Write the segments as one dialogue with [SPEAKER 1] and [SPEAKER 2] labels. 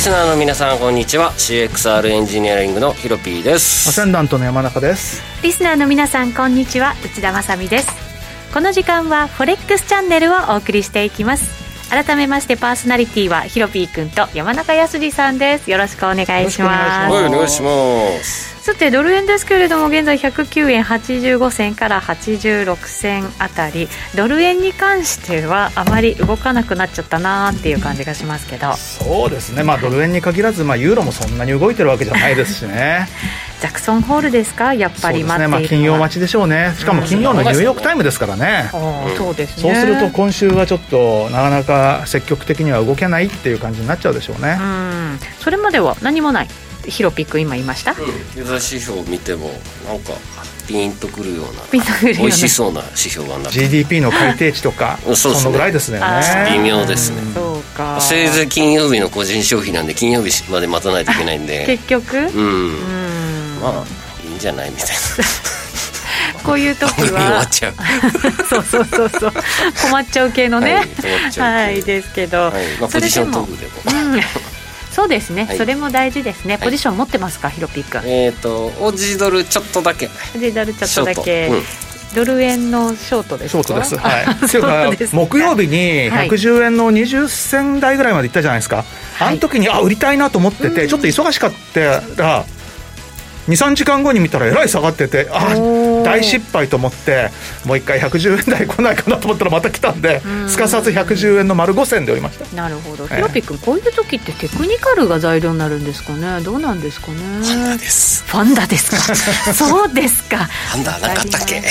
[SPEAKER 1] スナーの皆さんこんにちは CXR エンジニアリングのヒロピーで
[SPEAKER 2] ア
[SPEAKER 1] す
[SPEAKER 2] センダントの山中です。
[SPEAKER 3] リスナーの皆さんこんにちは内田まさみですこの時間はフォレックスチャンネルをお送りしていきます改めましてパーソナリティはヒロピーくんと山中康二さんですよろしくお願いし
[SPEAKER 2] よろしくお願いし
[SPEAKER 3] ま
[SPEAKER 2] ます
[SPEAKER 1] はいお願いします
[SPEAKER 3] すさてドル円ですけれども現在109円85銭から86銭あたりドル円に関してはあまり動かなくなっちゃったなーっていう感じがしますけど
[SPEAKER 2] そうですね。まあドル円に限らず、まあユーロもそんなに動いてるわけじゃないですしね。
[SPEAKER 3] ジャクソンホールですかやっぱ
[SPEAKER 2] そうで
[SPEAKER 3] り
[SPEAKER 2] す
[SPEAKER 3] 待
[SPEAKER 2] ね。ま
[SPEAKER 3] っ
[SPEAKER 2] あ
[SPEAKER 3] てい
[SPEAKER 2] 金
[SPEAKER 3] るの
[SPEAKER 2] 曜
[SPEAKER 3] は
[SPEAKER 2] 待ちでしょうね。しかも金曜のニューヨークタイムですからね。
[SPEAKER 3] おーそうですね
[SPEAKER 2] そうすると今週はちょっとなかなか積極的には動けないっていう感じになっちゃうでしょうね
[SPEAKER 3] う。んそれまでは何もないヒロピック今言いました
[SPEAKER 1] うん、経済指標を見てもなんかピンとくるような
[SPEAKER 3] ピンとくるような
[SPEAKER 1] 美味しそうな指標がなく
[SPEAKER 2] GDP の改定値とか、
[SPEAKER 1] うんそう
[SPEAKER 2] そ
[SPEAKER 1] ですね
[SPEAKER 2] のぐらいですね。
[SPEAKER 3] あー
[SPEAKER 1] 微妙ですね
[SPEAKER 3] そうか
[SPEAKER 1] せいぜい金曜日の個人消費なんで金曜日まで待たないといけないんで
[SPEAKER 3] 結局うん
[SPEAKER 1] うんまあいいんじゃないみたい
[SPEAKER 3] こう いう時
[SPEAKER 1] な終わ
[SPEAKER 3] は
[SPEAKER 1] っ ちゃう
[SPEAKER 3] そうそうそうそう困っちゃう系のね
[SPEAKER 1] はい困っちゃう系
[SPEAKER 3] はいですけ
[SPEAKER 1] は
[SPEAKER 3] ど
[SPEAKER 1] いまあ、
[SPEAKER 3] そ
[SPEAKER 1] ポ
[SPEAKER 3] れ
[SPEAKER 1] ジシ
[SPEAKER 3] で
[SPEAKER 1] ョント
[SPEAKER 3] も
[SPEAKER 1] ークでも
[SPEAKER 3] うんそうですね
[SPEAKER 1] はい
[SPEAKER 3] それも大事ですね
[SPEAKER 1] い
[SPEAKER 3] ポジション持ってますかヒロピック
[SPEAKER 1] えっ、ー、とオージードルちょっとだけ
[SPEAKER 3] でダルチャットだ
[SPEAKER 1] シ
[SPEAKER 3] け
[SPEAKER 1] ョート
[SPEAKER 3] ドル円のショートです
[SPEAKER 2] ショー
[SPEAKER 3] か
[SPEAKER 2] トです。
[SPEAKER 3] あ
[SPEAKER 2] はい。ってい
[SPEAKER 3] そう
[SPEAKER 2] か
[SPEAKER 3] うですか
[SPEAKER 2] 木曜日に
[SPEAKER 3] はい
[SPEAKER 2] 110円の20銭台ぐらいまで行ったじゃないですか。
[SPEAKER 3] い
[SPEAKER 2] あの時にあ売りたいなと思ってて、ちょっと忙しかったら。23時間後に見たらえらい下がっててあ
[SPEAKER 3] おー
[SPEAKER 2] 大失敗と思ってもう一回110円台来ないかなと思ったらまた来たんで
[SPEAKER 3] ん
[SPEAKER 2] すかさず110円の丸5銭で売りました
[SPEAKER 3] なるほど
[SPEAKER 2] ええ
[SPEAKER 3] ヒロピックこういう時ってテクニカルが材料になるんですかねどうなんですかね
[SPEAKER 1] なんです
[SPEAKER 3] ファンダです かそうですか
[SPEAKER 1] なんだなかったっけ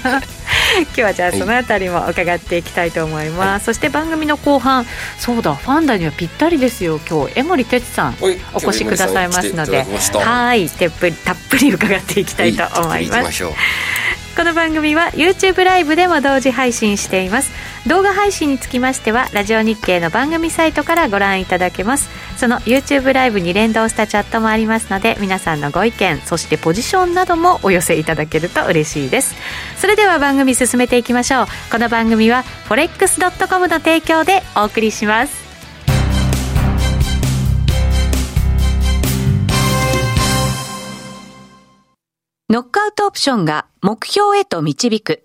[SPEAKER 3] 今日はじゃあそのあたりも伺っていきたいと思います、そして番組の後半そうだファンダにはぴったりですよ今日江森哲さん
[SPEAKER 1] はい
[SPEAKER 3] お越しくださいますの
[SPEAKER 1] 今
[SPEAKER 3] で
[SPEAKER 1] 日江森さん来ていただきました
[SPEAKER 3] はいてっぷりたっぷり伺っていきたいと 思い
[SPEAKER 1] 行き
[SPEAKER 3] ま
[SPEAKER 1] ますしょう
[SPEAKER 3] この番組は YouTube ライブでも同時配信しています動画配信につきましてはラジオ日経の番組サイトからご覧いただけますその YouTube ライブに連動したチャットもありますので皆さんのご意見そしてポジションなどもお寄せいただけると嬉しいですそれでは番組進めていきましょうこの番組は forex.com の提供でお送りします
[SPEAKER 4] ノックアウトオプションが目標へと導く。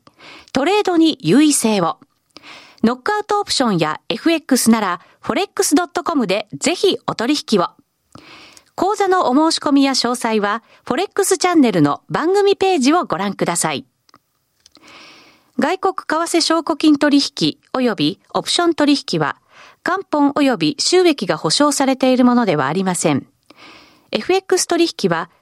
[SPEAKER 4] トレードに優位性を。ノックアウトオプションや FX なら forex.com でぜひお取引を。講座のお申し込みや詳細は forex チャンネルの番組ページをご覧ください。外国為替証拠金取引及びオプション取引は元本及び収益が保証されているものではありません。FX 取引は、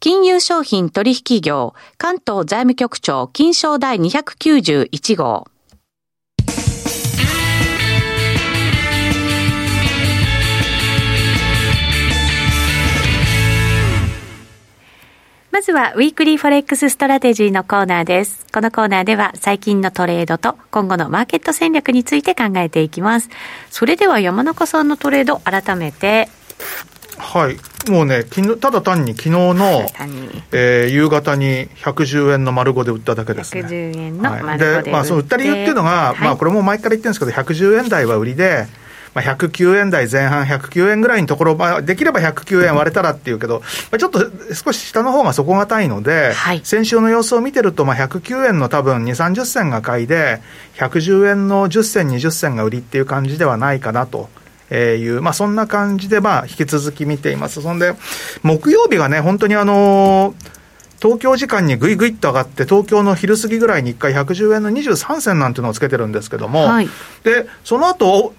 [SPEAKER 4] 金融商品取引業、関東財務局長、金賞第291号。
[SPEAKER 3] まずはウィークリーフォレックスストラテジーのコーナーです。このコーナーでは最近のトレードと今後のマーケット戦略について考えていきます。それでは山中さんのトレード改めて、
[SPEAKER 2] はいもうね昨日ただ単に昨日の、
[SPEAKER 3] 簡単に
[SPEAKER 2] えー夕方に110円の丸5で売っただけですね
[SPEAKER 3] 110円の
[SPEAKER 2] はい
[SPEAKER 3] 丸5で売って、
[SPEAKER 2] まあ、その売った理由っていうのが、まあ、これも毎回言ってるんですけど、110円台は売りで、まあ、109円台前半、109円ぐらいのところ、まあ、できれば109円割れたらっていうけど、まあ、ちょっと少し下の方が底堅いので、
[SPEAKER 3] はい
[SPEAKER 2] 先週の様子を見てると、まあ、109円の多分2、30銭が買いで、110円の10銭、20銭が売りっていう感じではないかなと。えーいう、まあ、そんな感じで、まあ、引き続き見ています。そんで、木曜日がね、本当にあのー東京時間にぐいぐいっと上がって、東京の昼過ぎぐらいに一回110円の23銭なんていうのをつけてるんですけども、
[SPEAKER 3] はい
[SPEAKER 2] で、その後、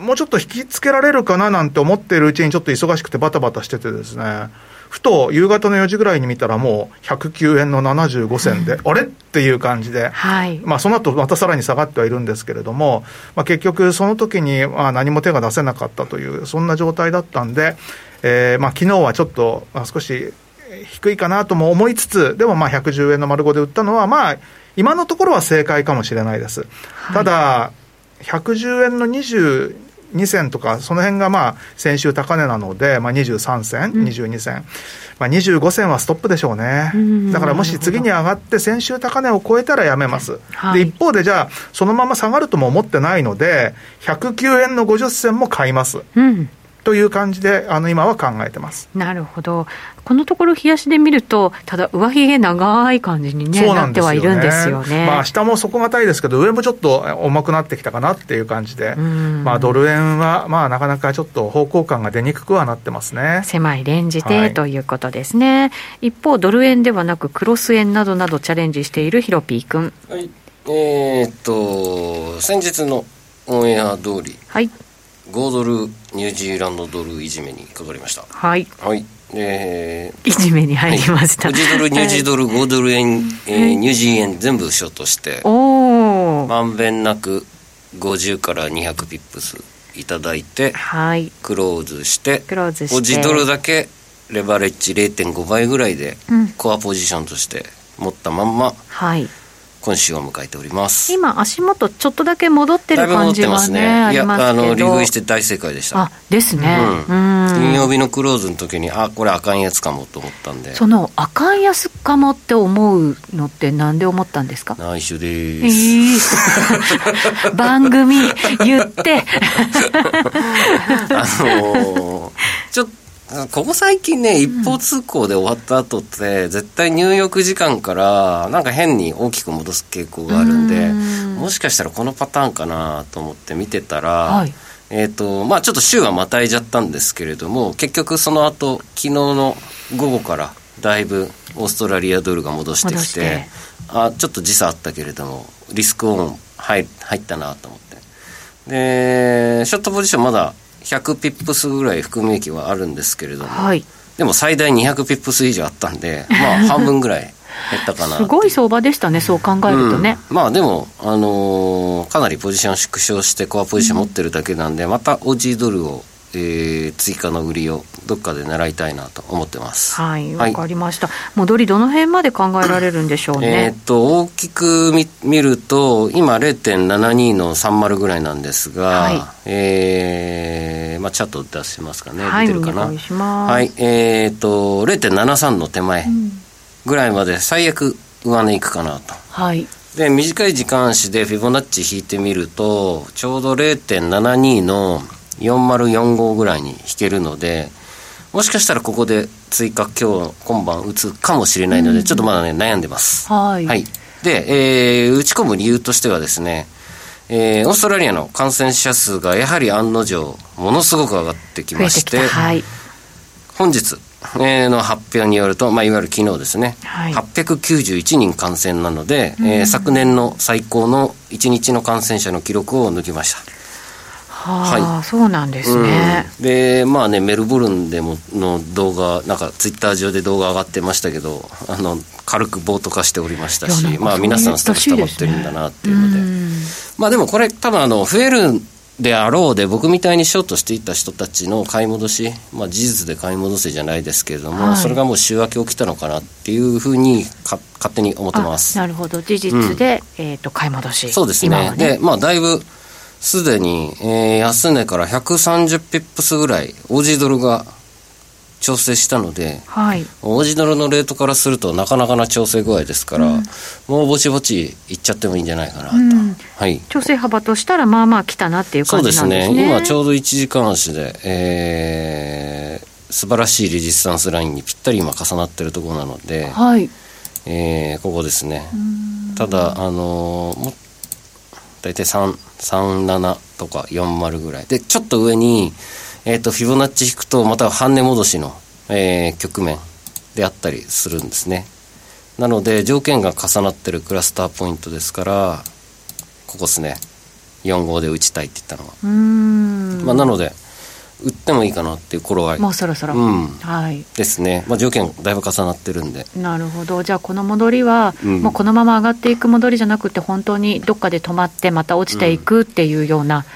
[SPEAKER 2] もうちょっと引きつけられるかななんて思ってるうちにちょっと忙しくてバタバタしててですね、ふと夕方の4時ぐらいに見たらもう109円の75銭で、あれっていう感じで、
[SPEAKER 3] はい
[SPEAKER 2] まあ、その後またさらに下がってはいるんですけれども、まあ、結局、その時にまあ何も手が出せなかったという、そんな状態だったんで、えーまあ昨日はちょっと、まあ、少しえー低いかなとも思いつつ、でもまあ110円の丸5で売ったのは、まあ、今のところは正解かもしれないです。ただ、110円の20 2銭とか、その辺がまあ先週高値なので、まあ、23銭、22銭、まあ、25銭はストップでしょうね、
[SPEAKER 3] うん
[SPEAKER 2] だからもし次に上がって、先週高値を超えたらやめます、
[SPEAKER 3] はい
[SPEAKER 2] で一方で、じゃあ、そのまま下がるとも思ってないので、109円の50銭も買います
[SPEAKER 3] うん
[SPEAKER 2] という感じで、あの今は考えてます。
[SPEAKER 3] なるほどこのところ冷やしで見るとただ上髭長い感じに、ね
[SPEAKER 2] そ
[SPEAKER 3] な
[SPEAKER 2] うなん
[SPEAKER 3] っ
[SPEAKER 2] で
[SPEAKER 3] て
[SPEAKER 2] すよ
[SPEAKER 3] は
[SPEAKER 2] ね
[SPEAKER 3] いるんですよね、
[SPEAKER 2] まあ、下も底堅いですけど、上もちょっと重くなってきたかなっていう感じで、
[SPEAKER 3] ん
[SPEAKER 2] まあ、ドル円は、まあ、なかなかちょっと方向感が出にくくはなってますね。
[SPEAKER 3] 狭いレンジ
[SPEAKER 2] は
[SPEAKER 3] で
[SPEAKER 2] い
[SPEAKER 3] ということですね、一方ドル円ではなくクロス円などなどチャレンジしているヒロピー君
[SPEAKER 1] はい、えーっと先日のオンエア通り
[SPEAKER 3] はい
[SPEAKER 1] 5ドルニュージーランドドルいじめにかかりました
[SPEAKER 3] はい
[SPEAKER 1] はいえー
[SPEAKER 3] いじめに入りました、
[SPEAKER 1] 5ジドル、ニュージードル、5ドル円、えーニュージー円全部ショートして、
[SPEAKER 3] おお、
[SPEAKER 1] まんべんなく50から200ピップスいただいて、
[SPEAKER 3] はい
[SPEAKER 1] クローズして、
[SPEAKER 3] クローズして
[SPEAKER 1] 5ジドルだけレバレッジ0.5倍ぐらいで
[SPEAKER 3] うん、
[SPEAKER 1] コアポジションとして持ったまんま、
[SPEAKER 3] はい
[SPEAKER 1] 今週を迎えております。
[SPEAKER 3] 今足元ちょっとだけ戻って
[SPEAKER 1] だ
[SPEAKER 3] る
[SPEAKER 1] いぶ持
[SPEAKER 3] 感
[SPEAKER 1] っ
[SPEAKER 3] じ
[SPEAKER 1] てま
[SPEAKER 3] は
[SPEAKER 1] す
[SPEAKER 3] ね
[SPEAKER 1] ね。
[SPEAKER 3] あ
[SPEAKER 1] い
[SPEAKER 3] り
[SPEAKER 1] や、
[SPEAKER 3] ますけど
[SPEAKER 1] あの、利食いして大正解でした。
[SPEAKER 3] あですねう
[SPEAKER 1] うん金
[SPEAKER 3] ん
[SPEAKER 1] 曜日のクローズの時に、あ、これあかんやつかもと思ったんで、
[SPEAKER 3] その赤い安かもって思うのってなんで思ったんですか
[SPEAKER 1] 内緒で
[SPEAKER 3] え
[SPEAKER 1] ーす。
[SPEAKER 3] ー番組 言って
[SPEAKER 1] あのーちょっと、ここ最近ね、一方通行で終わった後って、絶対入浴時間から、なんか変に大きく戻す傾向があるんで、
[SPEAKER 3] うん
[SPEAKER 1] もしかしたらこのパターンかなと思って見てたら、
[SPEAKER 3] はい
[SPEAKER 1] えっ、と、まあちょっと週はまたいじゃったんですけれども、結局その後、昨日の午後から、だいぶオーストラリアドルが戻して
[SPEAKER 3] 戻
[SPEAKER 1] き、
[SPEAKER 3] してて
[SPEAKER 1] あ、ちょっと時差あったけれども、リスクオン入入ったなと思って。で、ショットポジションまだ100ピップスぐらい含み益はあるんですけれども、
[SPEAKER 3] はい
[SPEAKER 1] でも最大200ピップス以上あったんで、 まあ半分ぐらい減ったかなって
[SPEAKER 3] す
[SPEAKER 1] う。
[SPEAKER 3] ごい相場でしたねそう考えるとね、
[SPEAKER 1] うんまあでも、あのーかなりポジションを縮小してコアポジション持ってるだけなんで、またオージードルを、えー追加の売りをどっかで狙いたいなと思ってます。
[SPEAKER 3] はいわかりました、戻りどの辺まで考えられるんでしょう
[SPEAKER 1] え
[SPEAKER 3] ね
[SPEAKER 1] ー、っと大きく見見ると今0.72の30ぐらいなんですが、
[SPEAKER 3] はい
[SPEAKER 1] えーまあ、チャット出しますかね、
[SPEAKER 3] はい
[SPEAKER 1] 出てるかな
[SPEAKER 3] お願いします
[SPEAKER 1] はいえー、っと0.73の手前ぐらいまで最悪上値いくかなと
[SPEAKER 3] はい
[SPEAKER 1] で短い時間足でフィボナッチ引いてみるとちょうど0.72の4045ぐらいに引けるのでもしかしたらここで追加今日今晩打つかもしれないので、ちょっとまだね悩んでます
[SPEAKER 3] はい
[SPEAKER 1] で、えー打ち込む理由としてはですね、えーオーストラリアの感染者数がやはり案の定ものすごく上がってき
[SPEAKER 3] 増え
[SPEAKER 1] ま
[SPEAKER 3] て
[SPEAKER 1] し
[SPEAKER 3] きた
[SPEAKER 1] て
[SPEAKER 3] はい
[SPEAKER 1] 本日えーの発表によると、まあ、いわゆる昨日ですね、
[SPEAKER 3] はい
[SPEAKER 1] 891人感染なので、えー昨年の最高の1日の感染者の記録を抜きました。
[SPEAKER 3] はあ、
[SPEAKER 1] は
[SPEAKER 3] そうなんですね、
[SPEAKER 1] うんでまあねメルボルンでもの動画なんかツイッター上で動画上がってましたけどあの軽く暴徒化しておりました
[SPEAKER 3] いやなん
[SPEAKER 1] し
[SPEAKER 3] か
[SPEAKER 1] まあ
[SPEAKER 3] そういう
[SPEAKER 1] 皆さんストレス溜まってるんだなっていうので、
[SPEAKER 3] うん
[SPEAKER 1] まあでもこれ多分あの増えるであろうで僕みたいにショートしていた人たちの買い戻し、まあ、事実で買い戻せじゃないですけれども、
[SPEAKER 3] はい
[SPEAKER 1] それがもう週明け起きたのかなっていうふうにか勝手に思ってま
[SPEAKER 3] あ
[SPEAKER 1] す。
[SPEAKER 3] なるほど事実で、えっ、と買い戻し
[SPEAKER 1] そうです
[SPEAKER 3] 今
[SPEAKER 1] ね
[SPEAKER 3] は。
[SPEAKER 1] で、まあ、だいぶ、すでに、えー安値から130ピップスぐらい、オージードルが調整したので、
[SPEAKER 3] はい
[SPEAKER 1] オージードルのレートからするとなかなかな調整具合ですから、もうぼちぼちいっちゃってもいいんじゃないかなと。
[SPEAKER 3] うん
[SPEAKER 1] はい。
[SPEAKER 3] 調整幅としたらまあまあ来たなっていう
[SPEAKER 1] そ
[SPEAKER 3] 感
[SPEAKER 1] うで
[SPEAKER 3] じな
[SPEAKER 1] す
[SPEAKER 3] んです
[SPEAKER 1] ね
[SPEAKER 3] ね。
[SPEAKER 1] 今ちょうど1時間足で、えー素晴らしいレジスタンスラインにぴったり今重なってるところなので、
[SPEAKER 3] はい
[SPEAKER 1] えーここですね。ただ、あのーも大体3、37とか40ぐらい。で、ちょっと上に、えっ、と、フィボナッチ引くと、また半値戻しの、えー局面であったりするんですね。なので、条件が重なってるクラスターポイントですから、ここですね。4号で打ちたいって言ったのは。
[SPEAKER 3] うーん
[SPEAKER 1] まあ、なので、打ってもいいかなっていう頃合い
[SPEAKER 3] もうそろそろ、
[SPEAKER 1] うん
[SPEAKER 3] はい
[SPEAKER 1] ですね。まあ、条件だいぶ重なってるんで。
[SPEAKER 3] なるほどじゃあこの戻りは、
[SPEAKER 1] うん
[SPEAKER 3] もうこのまま上がっていく戻りじゃなくて本当にどっかで止まってまた落ちていくっていうような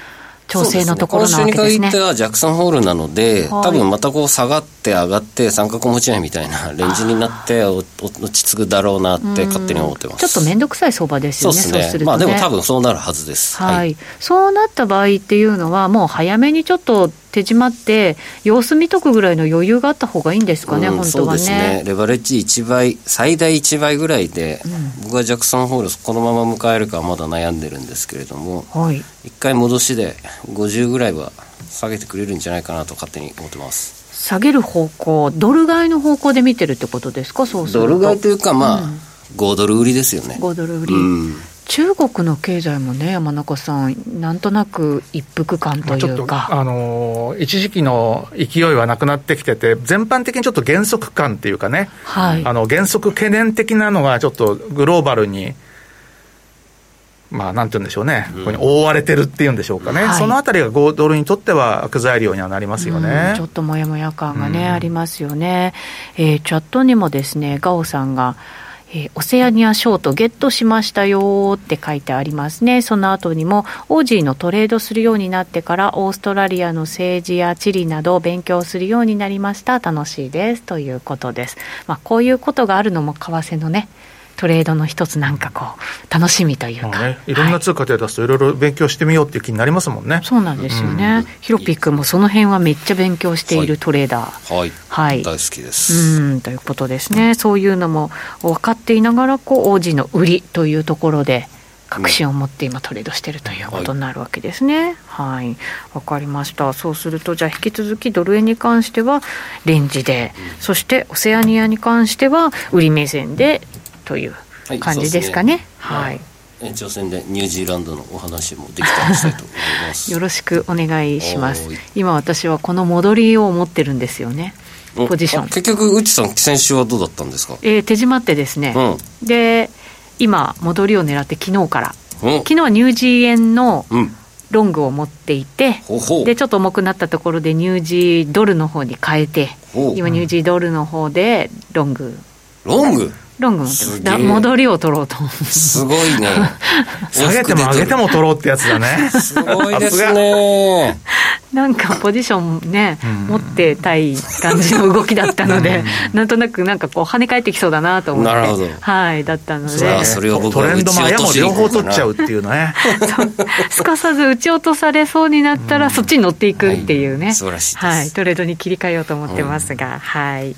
[SPEAKER 3] 調整のところなわけで
[SPEAKER 1] そうですすね今週に限
[SPEAKER 3] ね
[SPEAKER 1] ってはジャクソンホールなので、
[SPEAKER 3] はい
[SPEAKER 1] 多分またこう下がって上がって三角持ち合いみたいなレンジになっておお落ち着くだろうなって勝手に思ってます。
[SPEAKER 3] ちょっと面倒くさい相場です
[SPEAKER 1] そ
[SPEAKER 3] よ
[SPEAKER 1] う
[SPEAKER 3] ね
[SPEAKER 1] で
[SPEAKER 3] そう
[SPEAKER 1] すね。
[SPEAKER 3] するとね、
[SPEAKER 1] まあでも多分そうなるはずです。
[SPEAKER 3] はい、そうなった場合っていうのは、もう早めにちょっと手締まって、様子見とくぐらいの余裕があった方がいいんですかね、
[SPEAKER 1] うん
[SPEAKER 3] 本
[SPEAKER 1] そ
[SPEAKER 3] 当
[SPEAKER 1] う
[SPEAKER 3] は
[SPEAKER 1] ですね
[SPEAKER 3] ね。
[SPEAKER 1] レバレッジ1倍最大1倍ぐらいで、僕はジャクソンホールこのまま迎えるかはまだ悩んでるんですけれども
[SPEAKER 3] はい、
[SPEAKER 1] 一回戻しで50ぐらいは下げてくれるんじゃないかなと勝手に思ってます
[SPEAKER 3] 下げる方向、ドル買いの方向で見てるってことですか、そうする
[SPEAKER 1] ド
[SPEAKER 3] と。
[SPEAKER 1] ル買いというかまあ、5ドル売りですよね
[SPEAKER 3] 5ドル売り、
[SPEAKER 1] うん
[SPEAKER 3] 中国の経済もね、山中さん、なんとなく一服感
[SPEAKER 2] ま
[SPEAKER 3] と
[SPEAKER 2] あ
[SPEAKER 3] い
[SPEAKER 2] ちょっ
[SPEAKER 3] う
[SPEAKER 2] と、
[SPEAKER 3] か、
[SPEAKER 2] あのー一時期の勢いはなくなってきてて、全般的にちょっと減速感っていうかね、
[SPEAKER 3] はい、
[SPEAKER 2] あの原則懸念的なのが、ちょっとグローバルに、まあ、なんて言うんでしょうね、ここに覆われてるっていうんでしょうかね、
[SPEAKER 3] はい
[SPEAKER 2] そのあたりが5ドルにとっては悪材料にはなりますよ
[SPEAKER 3] う
[SPEAKER 2] ね
[SPEAKER 3] んちょ。っともやもや感がね、
[SPEAKER 2] うん
[SPEAKER 3] ありますよね、えーチャットにもですねガオさんが、えーオセアニアショートゲットしましたよーって書いてありますねその後にもオージーのトレードするようになってからオーストラリアの政治や地理などを勉強するようになりました楽しいですということです、まあ、こういうことがあるのも為替のねトレードの一つなんかこう楽しみという
[SPEAKER 2] ま
[SPEAKER 3] か、
[SPEAKER 2] あね、いろん
[SPEAKER 3] は
[SPEAKER 2] な通貨手出すと、いろいろ勉強してみようっていう気になりますもんね。
[SPEAKER 3] そうなんですよね、ヒロピー君もその辺はめっちゃ勉強しているトレーダー、
[SPEAKER 1] はい、
[SPEAKER 3] はい
[SPEAKER 1] 大好きです、
[SPEAKER 3] うんということですね、そういうのも分かっていながらこう、王子の売りというところで、確信を持って今、トレードしてるということになるわけですね。はい、わ、かりました、そうすると、じゃあ、引き続きドル円に関しては、レンジで、そしてオセアニアに関しては、売り目線でという
[SPEAKER 1] はい
[SPEAKER 3] 感じですかね。
[SPEAKER 1] そうですね
[SPEAKER 3] はい
[SPEAKER 1] 延長戦でニュージーランドのお話もできたりしたいと思います
[SPEAKER 3] よろしくお願いします
[SPEAKER 1] おーい。
[SPEAKER 3] 今私はこの戻りを持ってるんですよね。
[SPEAKER 1] お
[SPEAKER 3] ポジション
[SPEAKER 1] あ結局内さん先週はどうだったんですか
[SPEAKER 3] えー手締まってですね。
[SPEAKER 1] うん
[SPEAKER 3] で今戻りを狙って昨日から
[SPEAKER 1] うん
[SPEAKER 3] 昨日はニュージー円の
[SPEAKER 1] うん
[SPEAKER 3] ロングを持っていて
[SPEAKER 1] ほうほう
[SPEAKER 3] でちょっと重くなったところでニュージードルの方に変えて
[SPEAKER 1] ほう
[SPEAKER 3] 今ニュージードルの方でロング
[SPEAKER 1] ロング
[SPEAKER 3] ロング持ってます
[SPEAKER 1] すげえ
[SPEAKER 3] だ戻りを取ろうと思う
[SPEAKER 1] すごいね
[SPEAKER 2] 下げても上げても取ろうってやつだね。
[SPEAKER 1] すごいですね
[SPEAKER 3] なんかポジションね持ってたい感じの動きだったのでなんとなくなんかこう跳ね返ってきそうだなと思って
[SPEAKER 1] なるほど
[SPEAKER 3] はいだったので
[SPEAKER 1] それはそれを僕
[SPEAKER 2] ト
[SPEAKER 1] は
[SPEAKER 2] レンドもやも両方取っちゃう
[SPEAKER 1] 打
[SPEAKER 2] っていうね。
[SPEAKER 3] すかさず撃ち落とされそうになったら、そっちに乗っていくっていうね、
[SPEAKER 1] はい素晴らしいです
[SPEAKER 3] はいトレードに切り替えようと思ってますが、はい、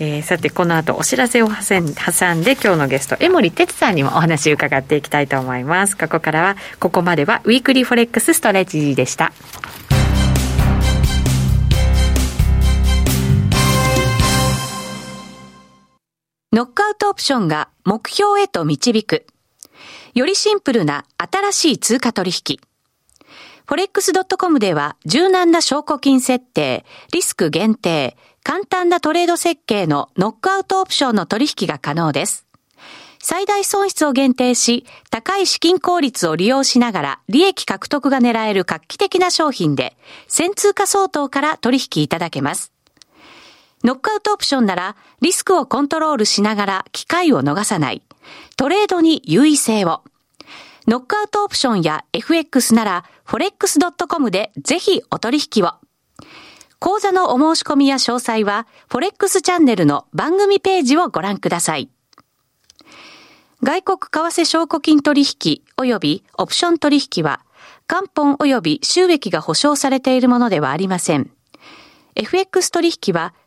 [SPEAKER 3] えーさてこの後お知らせを挟ん挟んで今日のゲスト江守哲さんにもお話伺っていきたいと思いますここからはここまではウィークリーフォレックスストレッチでした
[SPEAKER 4] ノックアウトオプションが目標へと導く。よりシンプルな新しい通貨取引。forex.com では柔軟な証拠金設定、リスク限定、簡単なトレード設計のノックアウトオプションの取引が可能です。最大損失を限定し、高い資金効率を利用しながら利益獲得が狙える画期的な商品で、1000通貨相当から取引いただけます。ノックアウトオプションならリスクをコントロールしながら機会を逃さない。トレードに優位性を。ノックアウトオプションや FX なら forex.com でぜひお取引を。講座のお申し込みや詳細は forex チャンネルの番組ページをご覧ください。外国為替証拠金取引及びオプション取引は元本及び収益が保証されているものではありません。FX 取引は、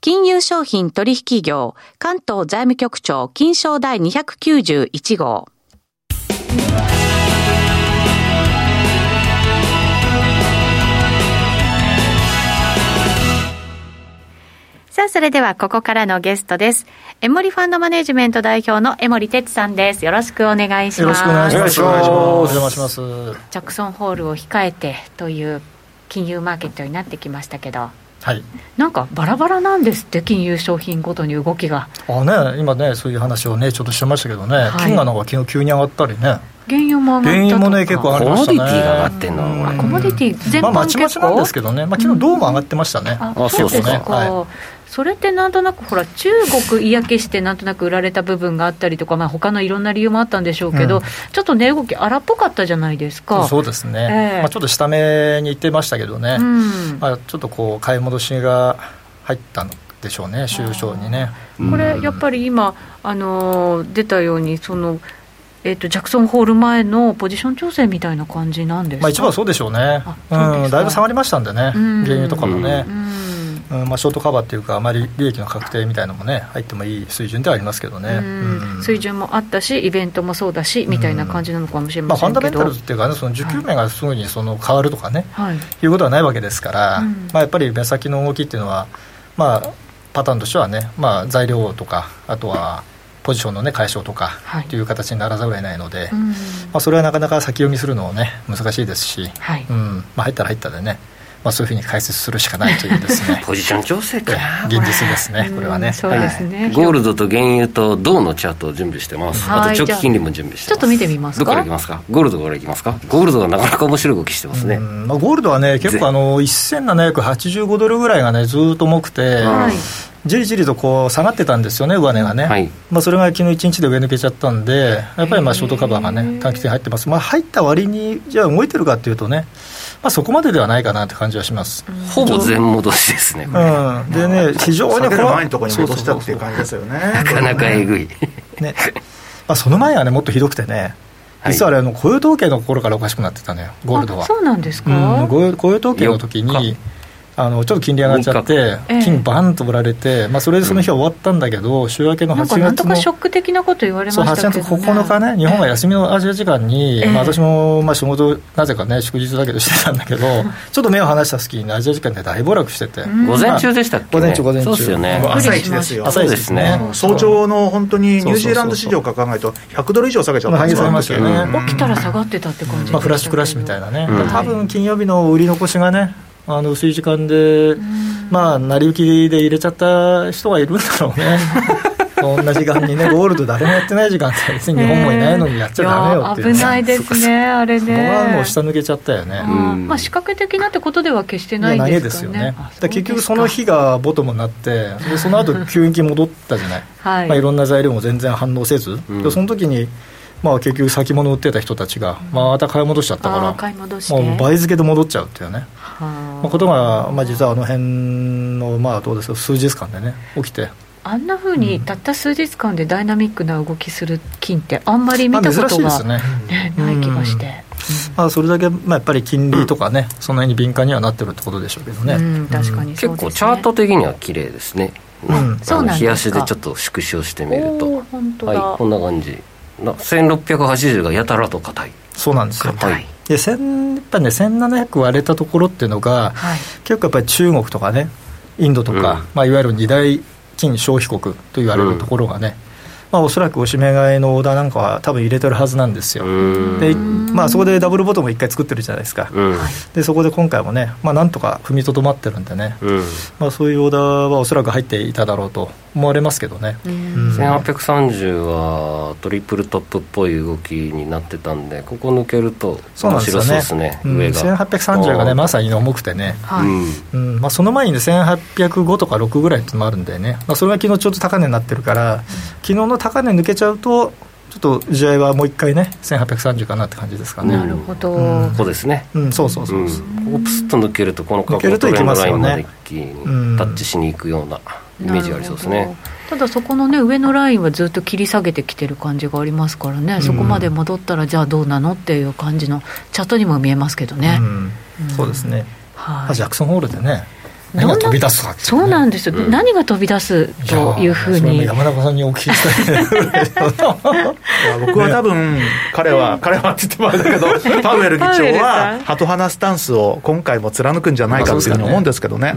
[SPEAKER 4] 金融商品取引業、関東財務局長、金賞第291号。
[SPEAKER 3] さあ、それではここからのゲストです。エモリファンドマネジメント代表の江森哲さんです。よろしくお願いし
[SPEAKER 5] よろ
[SPEAKER 3] ま
[SPEAKER 5] し
[SPEAKER 3] す。
[SPEAKER 5] くお願いします。
[SPEAKER 1] お願いします
[SPEAKER 5] お邪魔します。は
[SPEAKER 3] ジャクソンホールを控えてという金融マーケットになってきましたけど、
[SPEAKER 5] い。
[SPEAKER 3] なんかバラバラなんですって、金融商品ごとに動きが。
[SPEAKER 5] あね、今ね、そういう話をね、ちょっとしてましたけどね、
[SPEAKER 3] はい
[SPEAKER 5] 金がなんか昨日急に上がったりね。
[SPEAKER 3] 原油も上がったとか
[SPEAKER 5] 原油もね、結構上がりましたね。
[SPEAKER 1] コモディティが上がってんの
[SPEAKER 5] う
[SPEAKER 1] あ
[SPEAKER 3] コモディティ全般
[SPEAKER 5] まあ、まちまちなんですけどね、まあ、昨日どうも上がってましたね。
[SPEAKER 3] あ
[SPEAKER 1] あ
[SPEAKER 3] そうで
[SPEAKER 1] そうです
[SPEAKER 3] すか
[SPEAKER 1] ね。
[SPEAKER 5] は
[SPEAKER 3] それってなんとなくほら中国嫌気してなんとなく売られた部分があったりとか、まあ他のいろんな理由もあったんでしょうけど、
[SPEAKER 5] うん
[SPEAKER 3] ちょっと値動き荒っぽかったじゃないですか。
[SPEAKER 5] そうですね、
[SPEAKER 3] ええ
[SPEAKER 5] まあ、ちょっと下目に行ってましたけどね、
[SPEAKER 3] うん
[SPEAKER 5] まあ、ちょっとこう、買い戻しが入ったんでしょうね、終章にね。
[SPEAKER 3] これやっぱり今、あのー出たようにその、えっとジャクソンホール前のポジション調整みたいな感じなんですか、
[SPEAKER 5] まあ、一番そうでしょう
[SPEAKER 3] あ、
[SPEAKER 5] ねう
[SPEAKER 3] そうですか
[SPEAKER 5] ん、だいぶ下がりましたんでね、
[SPEAKER 3] うん
[SPEAKER 5] 原油とかもね
[SPEAKER 3] う、ん
[SPEAKER 5] うんまあ、ショートカバーっていうか、あまり利益の確定みたいなのもね、入ってもいい水準ではありますけどね、
[SPEAKER 3] うん水準もあったしイベントもそうだしみたいな感じなのかもしれ
[SPEAKER 5] ま
[SPEAKER 3] ま
[SPEAKER 5] あ、フ
[SPEAKER 3] せ
[SPEAKER 5] ァン
[SPEAKER 3] ん
[SPEAKER 5] ダ
[SPEAKER 3] け
[SPEAKER 5] メン
[SPEAKER 3] ど、
[SPEAKER 5] タルズっていうかね、その需給面がすぐにその変わるとかね、
[SPEAKER 3] はい、
[SPEAKER 5] いうことはないわけですから、
[SPEAKER 3] うん
[SPEAKER 5] まあ、やっぱり目先の動きっていうのは、まあ、パターンとしてはね、まあ、材料とか、あとはポジションの、ね、解消とか
[SPEAKER 3] はい
[SPEAKER 5] っていう形にならざるを得ないので、
[SPEAKER 3] う
[SPEAKER 5] ま
[SPEAKER 3] ん
[SPEAKER 5] あ、それはなかなか先読みするのもね、難しいですし、
[SPEAKER 3] はい
[SPEAKER 5] うんまあ、入ったら入ったでね、まあ、そういうふうに解説するしかないというです ね
[SPEAKER 1] ポジション調整か
[SPEAKER 5] 現実ですね、これは
[SPEAKER 3] うん
[SPEAKER 5] ね。
[SPEAKER 3] そうですね、
[SPEAKER 1] ゴールドと原油と銅のチャートを準備してます、
[SPEAKER 3] はい
[SPEAKER 1] あと長期金利も準備してます
[SPEAKER 3] じゃあちょっと見てみますか
[SPEAKER 1] どこからいきますかゴールドからいきますかゴールドがなかなか面白い動きしてますね、
[SPEAKER 5] うんまあ、ゴールドはね、結構あの1785ドルぐらいがね、ずーっと重くて、
[SPEAKER 3] はい
[SPEAKER 5] じりじりとこう下がってたんですよね、上値がね、
[SPEAKER 1] はい
[SPEAKER 5] まあ、それが昨日一日で上抜けちゃったんで、やっぱりまあショートカバーがね、短期的に入ってます、まあ、入った割に、じゃあ動いてるかっていうとね、まあ、そこまでではないかなって感じはします。
[SPEAKER 1] ほぼ全戻しですねこ
[SPEAKER 5] う
[SPEAKER 1] れ、
[SPEAKER 5] ん、でね、非常に
[SPEAKER 2] 下げる前のとこ
[SPEAKER 5] こ
[SPEAKER 2] ろに戻したっていう感じですよね。
[SPEAKER 1] なかなかえぐい
[SPEAKER 5] ねまあ、その前はね、もっとひどくてね、
[SPEAKER 1] はい
[SPEAKER 5] 実はあれあの、雇用統計の頃からおかしくなってたのよ、ゴールドは
[SPEAKER 3] あ。そうなんですか、
[SPEAKER 5] うん、雇用雇用統計の時
[SPEAKER 1] よっ
[SPEAKER 5] にあのちょっと金利上がっちゃって
[SPEAKER 3] ええ、
[SPEAKER 5] 金バンと売られて、まあ、それでその日は終わったんだけど、週明けの
[SPEAKER 3] なんか
[SPEAKER 5] 8
[SPEAKER 3] なんと
[SPEAKER 5] 月
[SPEAKER 3] かショ
[SPEAKER 5] の。
[SPEAKER 3] ック的なこと言われま
[SPEAKER 5] そう
[SPEAKER 3] し
[SPEAKER 5] 8
[SPEAKER 3] た
[SPEAKER 5] 月
[SPEAKER 3] けど、ね、
[SPEAKER 5] 9日ね、日本が休みのアジア時間に、
[SPEAKER 3] ええ
[SPEAKER 5] まあ、私もまあ仕事、なぜかね、祝日だけどしてたんだけど、ちょっと目を離した隙に、アジア時間で大暴落してて、
[SPEAKER 3] ん
[SPEAKER 1] 午前中でしたっけ、ね、
[SPEAKER 5] 午前中午前中
[SPEAKER 1] そうですよね
[SPEAKER 2] もう朝一ですよ。
[SPEAKER 1] 朝一ですね
[SPEAKER 5] そ
[SPEAKER 2] 早
[SPEAKER 5] う
[SPEAKER 2] 朝の本当にニュージーランド市場から考えると、100ドル以上下げちゃった
[SPEAKER 5] まあ、
[SPEAKER 2] ん
[SPEAKER 5] 反
[SPEAKER 2] で
[SPEAKER 5] 映
[SPEAKER 2] す
[SPEAKER 5] さ
[SPEAKER 2] よ
[SPEAKER 5] れましたよね、
[SPEAKER 1] うん
[SPEAKER 3] 来たら下がってたって感じ、
[SPEAKER 5] まあ、フラッシュクラッシュみたいなね、
[SPEAKER 1] うん
[SPEAKER 5] 多分金曜日の売り残しがね、あの薄い時間で、まあ、成り行きで入れちゃった人がいるんだろ うね。そんな時間にね、ゴールド誰もやってない時間って、別に日本もいないのにやっちゃダメよっていう、
[SPEAKER 3] いや
[SPEAKER 5] ね、
[SPEAKER 3] 危ないですねあれ
[SPEAKER 5] そこ
[SPEAKER 3] ね
[SPEAKER 5] はもう下抜けちゃったよね。
[SPEAKER 3] うんまあ仕掛け的なってことでは決してない
[SPEAKER 5] いや投げ
[SPEAKER 3] ん
[SPEAKER 5] で
[SPEAKER 3] です
[SPEAKER 5] す
[SPEAKER 3] か
[SPEAKER 5] よ
[SPEAKER 3] ね
[SPEAKER 5] ね。だ
[SPEAKER 3] あ
[SPEAKER 5] から結局その
[SPEAKER 3] う
[SPEAKER 5] 日がボトムになって、でその後急激に戻ったじゃない。
[SPEAKER 3] ですかはい、
[SPEAKER 5] まあ、いろんな材料も全然反応せず、
[SPEAKER 1] うん
[SPEAKER 5] でその時に、まあ、結局先物売ってた人たちが、まあまた買い戻しちゃったから、
[SPEAKER 3] あー買い戻して
[SPEAKER 5] もう倍付けで戻っちゃうっていうね、
[SPEAKER 3] は
[SPEAKER 5] まあ、ことが、まあ、実はあの辺の、まあ、どうですか数日間でね起きて、
[SPEAKER 3] あ、あんなふうにたった数日間でダイナミックな動きする金ってあんまり見
[SPEAKER 5] まあ、
[SPEAKER 3] た
[SPEAKER 5] 珍
[SPEAKER 3] こ
[SPEAKER 5] し
[SPEAKER 3] と
[SPEAKER 5] いで
[SPEAKER 3] が、
[SPEAKER 5] す
[SPEAKER 3] ね
[SPEAKER 5] ね、
[SPEAKER 3] ない気がして、
[SPEAKER 5] まあ、それだけ、まあ、やっぱり金利とかね、その辺に敏感にはなってるってことでしょうけどね、
[SPEAKER 3] うん、確かにそ
[SPEAKER 1] 結
[SPEAKER 3] うです、ね、
[SPEAKER 1] 構チャート的には綺麗ですね、
[SPEAKER 5] ん
[SPEAKER 1] あの
[SPEAKER 3] そうなんですか
[SPEAKER 1] 冷やしでちょっと縮小してみる
[SPEAKER 3] お
[SPEAKER 1] と
[SPEAKER 3] ー本当だ、
[SPEAKER 1] はいこんな感じな1680がやたらと硬い
[SPEAKER 5] そうなんですよ
[SPEAKER 1] 硬い
[SPEAKER 5] で千やっぱね1700割れたところっていうのが、
[SPEAKER 3] はい
[SPEAKER 5] 結構やっぱり中国とかねインドとか、
[SPEAKER 1] うん
[SPEAKER 5] まあ、いわゆる二大金消費国と言われるところがね、まあ、おそらくおしめ買いのオーダーなんかは多分入れてるはずなんですよ、
[SPEAKER 1] うん
[SPEAKER 5] で、まあ、そこでダブルボトム1回作ってるじゃないですか、
[SPEAKER 1] うん
[SPEAKER 5] でそこで今回もね、まあ、なんとか踏みとどまってるんでね、
[SPEAKER 1] うん
[SPEAKER 5] まあ、そういうオーダーはおそらく入っていただろうと思われますけどね、うん
[SPEAKER 1] 1830はトリプルトップっぽい動きになってたんでここ抜けると
[SPEAKER 5] そうな
[SPEAKER 1] 面
[SPEAKER 5] んです
[SPEAKER 1] 白
[SPEAKER 5] よ
[SPEAKER 1] そう
[SPEAKER 5] ね
[SPEAKER 1] ですね
[SPEAKER 5] うん、
[SPEAKER 1] 上が
[SPEAKER 5] 1830がねまさに重くてね、
[SPEAKER 3] はい、
[SPEAKER 1] うん
[SPEAKER 5] うんまあ、その前にね1805とか6ぐらいってのもあるんでね、まあ、それが昨日ちょっと高値になってるから、昨日の高値抜けちゃうと、ちょっと試合はもう一回ね、1830かなって感じですかね。
[SPEAKER 3] なるほど、
[SPEAKER 5] うん
[SPEAKER 1] ここですね、、
[SPEAKER 5] うん、そうそうそううんそう、
[SPEAKER 1] ここプスッと抜けるとこの過
[SPEAKER 5] 抜け
[SPEAKER 1] 去の
[SPEAKER 5] ると
[SPEAKER 1] ト
[SPEAKER 5] い
[SPEAKER 1] レ
[SPEAKER 5] き
[SPEAKER 1] ンド
[SPEAKER 5] ま
[SPEAKER 1] ラ
[SPEAKER 5] す
[SPEAKER 1] イ
[SPEAKER 5] よ
[SPEAKER 1] ンまで
[SPEAKER 5] ね
[SPEAKER 1] 一気に
[SPEAKER 5] うん
[SPEAKER 1] タッチしに行くようなイメージがありそうです
[SPEAKER 3] な
[SPEAKER 1] ね
[SPEAKER 3] るほどただそこのね上のラインはずっと切り下げてきてる感じがありますからね、そこまで戻ったらじゃあどうなのっていう感じのチャットにも見えますけどね、
[SPEAKER 5] うん、そうですね。
[SPEAKER 3] は
[SPEAKER 5] あ
[SPEAKER 3] い
[SPEAKER 5] ジャクソンホールでね、
[SPEAKER 3] どんな
[SPEAKER 5] 何が飛び出すかっていね
[SPEAKER 3] そうなんですよ、
[SPEAKER 1] うん
[SPEAKER 3] 何が飛び出すというふう
[SPEAKER 5] いや
[SPEAKER 3] に
[SPEAKER 5] ーそれも山中さんにお聞き
[SPEAKER 2] まあ
[SPEAKER 5] したいね
[SPEAKER 2] 僕は多分、彼は、彼はって言ってもあれだけど、 パウエル議長
[SPEAKER 3] パウエルさん
[SPEAKER 2] は、ハト派なスタンスを今回も貫くんじゃないかっていうふうに思うんですけどね。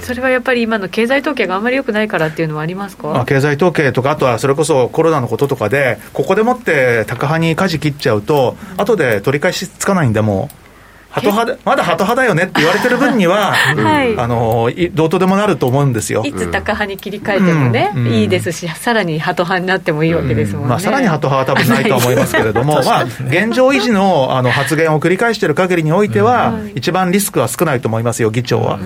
[SPEAKER 3] それはやっぱり今の経済統計があんまり良くないからっていうのはありますか、
[SPEAKER 2] まあ、経済統計とか、あとはそれこそコロナのこととかで、ここでもって高派に舵切っちゃうと、後で取り返しつかないんで、もう。ハト派でまだハト派だよねって言われてる分には、
[SPEAKER 3] はい
[SPEAKER 2] あのいどうとでもなると思うんですよ。
[SPEAKER 3] いつ高派に切り替えてもね、
[SPEAKER 2] うん
[SPEAKER 3] いいですしさらにハト派になってもいいわけですもんね、
[SPEAKER 2] まあ、さらにハト派は多分ないと思いますけれども、まあ、現状維持のあの発言を繰り返している限りにおいては、
[SPEAKER 3] うん
[SPEAKER 2] 一番リスクは少ないと思いますよ、議長は。
[SPEAKER 3] うん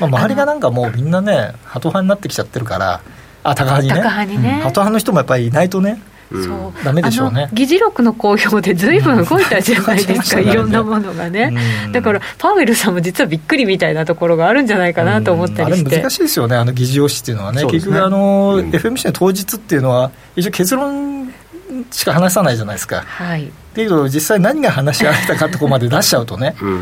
[SPEAKER 5] まあ周りがなんかもうみんなね、ハト派になってきちゃってるから、あ、高派にね。
[SPEAKER 3] 高派にね、
[SPEAKER 5] ハト派の人もやっぱりいないとね、
[SPEAKER 3] そう
[SPEAKER 5] ダメでしょうね
[SPEAKER 3] あの議事録の公表でずいぶん動いたじゃない ですか、
[SPEAKER 5] うん
[SPEAKER 3] いろんなものがね、
[SPEAKER 5] うん
[SPEAKER 3] だからパウエルさんも実はびっくりみたいなところがあるんじゃないかなと思ったりし
[SPEAKER 5] うんあれ
[SPEAKER 3] て
[SPEAKER 5] 難。しいですよね、あの議事要旨っていうのはね、
[SPEAKER 2] そうです
[SPEAKER 5] 結
[SPEAKER 2] ね
[SPEAKER 5] 局あの、
[SPEAKER 1] うん
[SPEAKER 5] FMC の当日っていうのは、一応結論しか話さないじゃないですか。
[SPEAKER 3] はい、
[SPEAKER 5] っていうと、実際何が話し合われたかってとこまで出しちゃうとね、
[SPEAKER 1] うん
[SPEAKER 5] う
[SPEAKER 1] う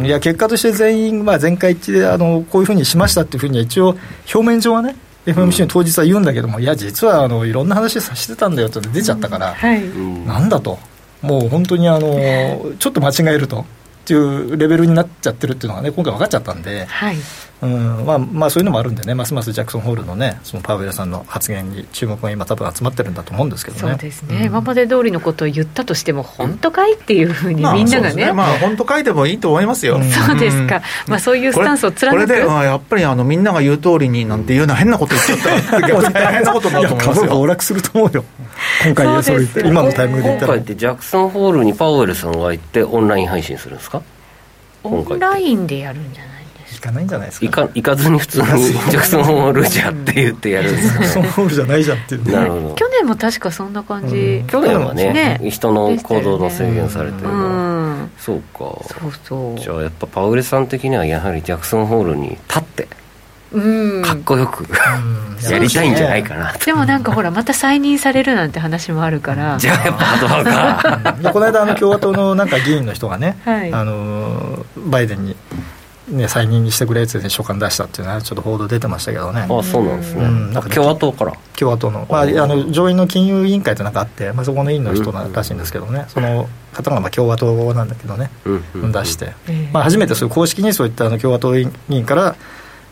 [SPEAKER 1] ん
[SPEAKER 5] ん、いや結果として全員、まあ、全会一致であのこういうふうにしましたっていうふうには一応、表面上はね、FMC の当日は言うんだけども、いや、実はあのいろんな話させてたんだよって出ちゃったから、
[SPEAKER 3] はい
[SPEAKER 1] うん
[SPEAKER 5] なんだと、もう本当にあのちょっと間違えると。っていうレベルになっちゃってるっていうのがね、今回分かっちゃったんで、
[SPEAKER 3] はい、
[SPEAKER 5] うんまあまあ、そういうのもあるんでね、ますますジャクソン・ホールのね、そのパウエルさんの発言に注目が今、多分集まってるんだと思うんですけどね。
[SPEAKER 3] そう ですね、
[SPEAKER 5] うん
[SPEAKER 3] 今まで通りのことを言ったとしても、本当かいっていうふうに
[SPEAKER 2] まあ
[SPEAKER 3] みんな
[SPEAKER 2] そうで
[SPEAKER 3] が
[SPEAKER 2] すね
[SPEAKER 3] ね、
[SPEAKER 2] まあ、本当書いてもいいと思いますよ。
[SPEAKER 5] うん
[SPEAKER 3] そうですか、まあ、そういうスタンスを
[SPEAKER 2] こ
[SPEAKER 3] 貫
[SPEAKER 2] れ
[SPEAKER 3] く、
[SPEAKER 2] で、あやっぱりあのみんなが言う通りになんて言うのは変なこと言っちゃった ら、逆に大変なことにないる
[SPEAKER 5] や
[SPEAKER 2] と思いま
[SPEAKER 5] 株
[SPEAKER 2] す
[SPEAKER 5] が
[SPEAKER 2] よ。
[SPEAKER 5] 暴落すると思うよ、今回、
[SPEAKER 3] そう
[SPEAKER 5] そう
[SPEAKER 3] で
[SPEAKER 5] 言っ
[SPEAKER 3] すよ
[SPEAKER 5] て今のタイミングで言った
[SPEAKER 1] 今
[SPEAKER 5] ら
[SPEAKER 1] 回っ。てジャクソンホールにパウエルさんが行ってオンライン配信するんですか
[SPEAKER 3] オンラインでやるんじゃないんです
[SPEAKER 5] 行かないんじゃないですか,、
[SPEAKER 1] 行か行かずに普通にジャクソンホールじゃって言ってやるんですかね
[SPEAKER 5] そのホールじゃないじゃんっていうね
[SPEAKER 1] なる
[SPEAKER 3] か、
[SPEAKER 1] ほど
[SPEAKER 3] 去年も確かそんな感じ、
[SPEAKER 1] 去年はね
[SPEAKER 3] ね
[SPEAKER 1] 人の行動の制限されてる
[SPEAKER 3] う
[SPEAKER 1] から、
[SPEAKER 3] ん、
[SPEAKER 1] そうか
[SPEAKER 3] そうそう、
[SPEAKER 1] じゃあやっぱパウエルさん的にはやはりジャクソンホールに立って
[SPEAKER 3] うん、
[SPEAKER 1] かっこよく、
[SPEAKER 5] うん
[SPEAKER 1] やりたいんじゃないかなと、
[SPEAKER 3] でもなんかほらまた再任されるなんて話もあるから
[SPEAKER 1] じゃあやっぱハードワーカー
[SPEAKER 5] でこの間あの共和党のなんか議員の人がね、
[SPEAKER 3] はい
[SPEAKER 5] あのーバイデンに、ね、再任にしてくれって、ね、書簡出したっていうのはちょっと報道出てましたけどね
[SPEAKER 1] あそうなんですね、
[SPEAKER 5] うんなんかね
[SPEAKER 1] 共和党から
[SPEAKER 5] 共和党の,、まあ、あの上院の金融委員会ってなんかあって、まあ、そこの委員の人ならしいんですけどね、その方がまあ共和党なんだけどね、
[SPEAKER 1] うんうんうん
[SPEAKER 5] 出して、
[SPEAKER 3] ええ
[SPEAKER 5] まあ、初めてそういう公式にそういったあの共和党委員から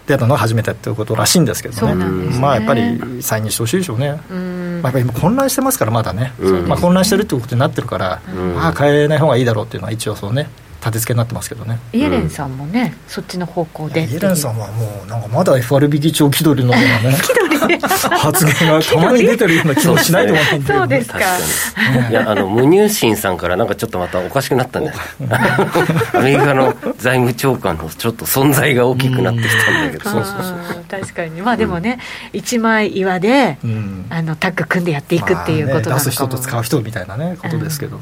[SPEAKER 5] 出たのが初めてっていうことらしいんですけどね
[SPEAKER 3] そうなんですね
[SPEAKER 5] まあ、やっぱり再任してほしいでしょうね、
[SPEAKER 3] うん
[SPEAKER 5] まあ、やっぱり今混乱してますからまだね、
[SPEAKER 1] うん
[SPEAKER 5] まあ、混乱してるってことになってるから、
[SPEAKER 1] ん
[SPEAKER 5] まあ変えない方がいいだろうっていうのは一応そうね立て付けになってますけどね
[SPEAKER 3] イエレンさんもね、そっちの方向で
[SPEAKER 5] イエレンさんはもうなんかまだ FRB 議長気取りのよう なね 発言がたまに出てるような気もしないでもないんだけ
[SPEAKER 3] そ
[SPEAKER 5] ど
[SPEAKER 3] うですか
[SPEAKER 1] 確かにいやあの無乳心さんからなんかちょっとまたおかしくなったんじゃないですかアメリカの財務長官のちょっと存在が大きくなってきたんだけど、
[SPEAKER 3] あー確かにまあでもね、一枚岩で、
[SPEAKER 5] うん
[SPEAKER 3] あのタッグ組んでやっていくっていうこと
[SPEAKER 5] まあ
[SPEAKER 3] な
[SPEAKER 5] ね出す
[SPEAKER 3] のかも、
[SPEAKER 5] 人と使う人みたいなねことですけど、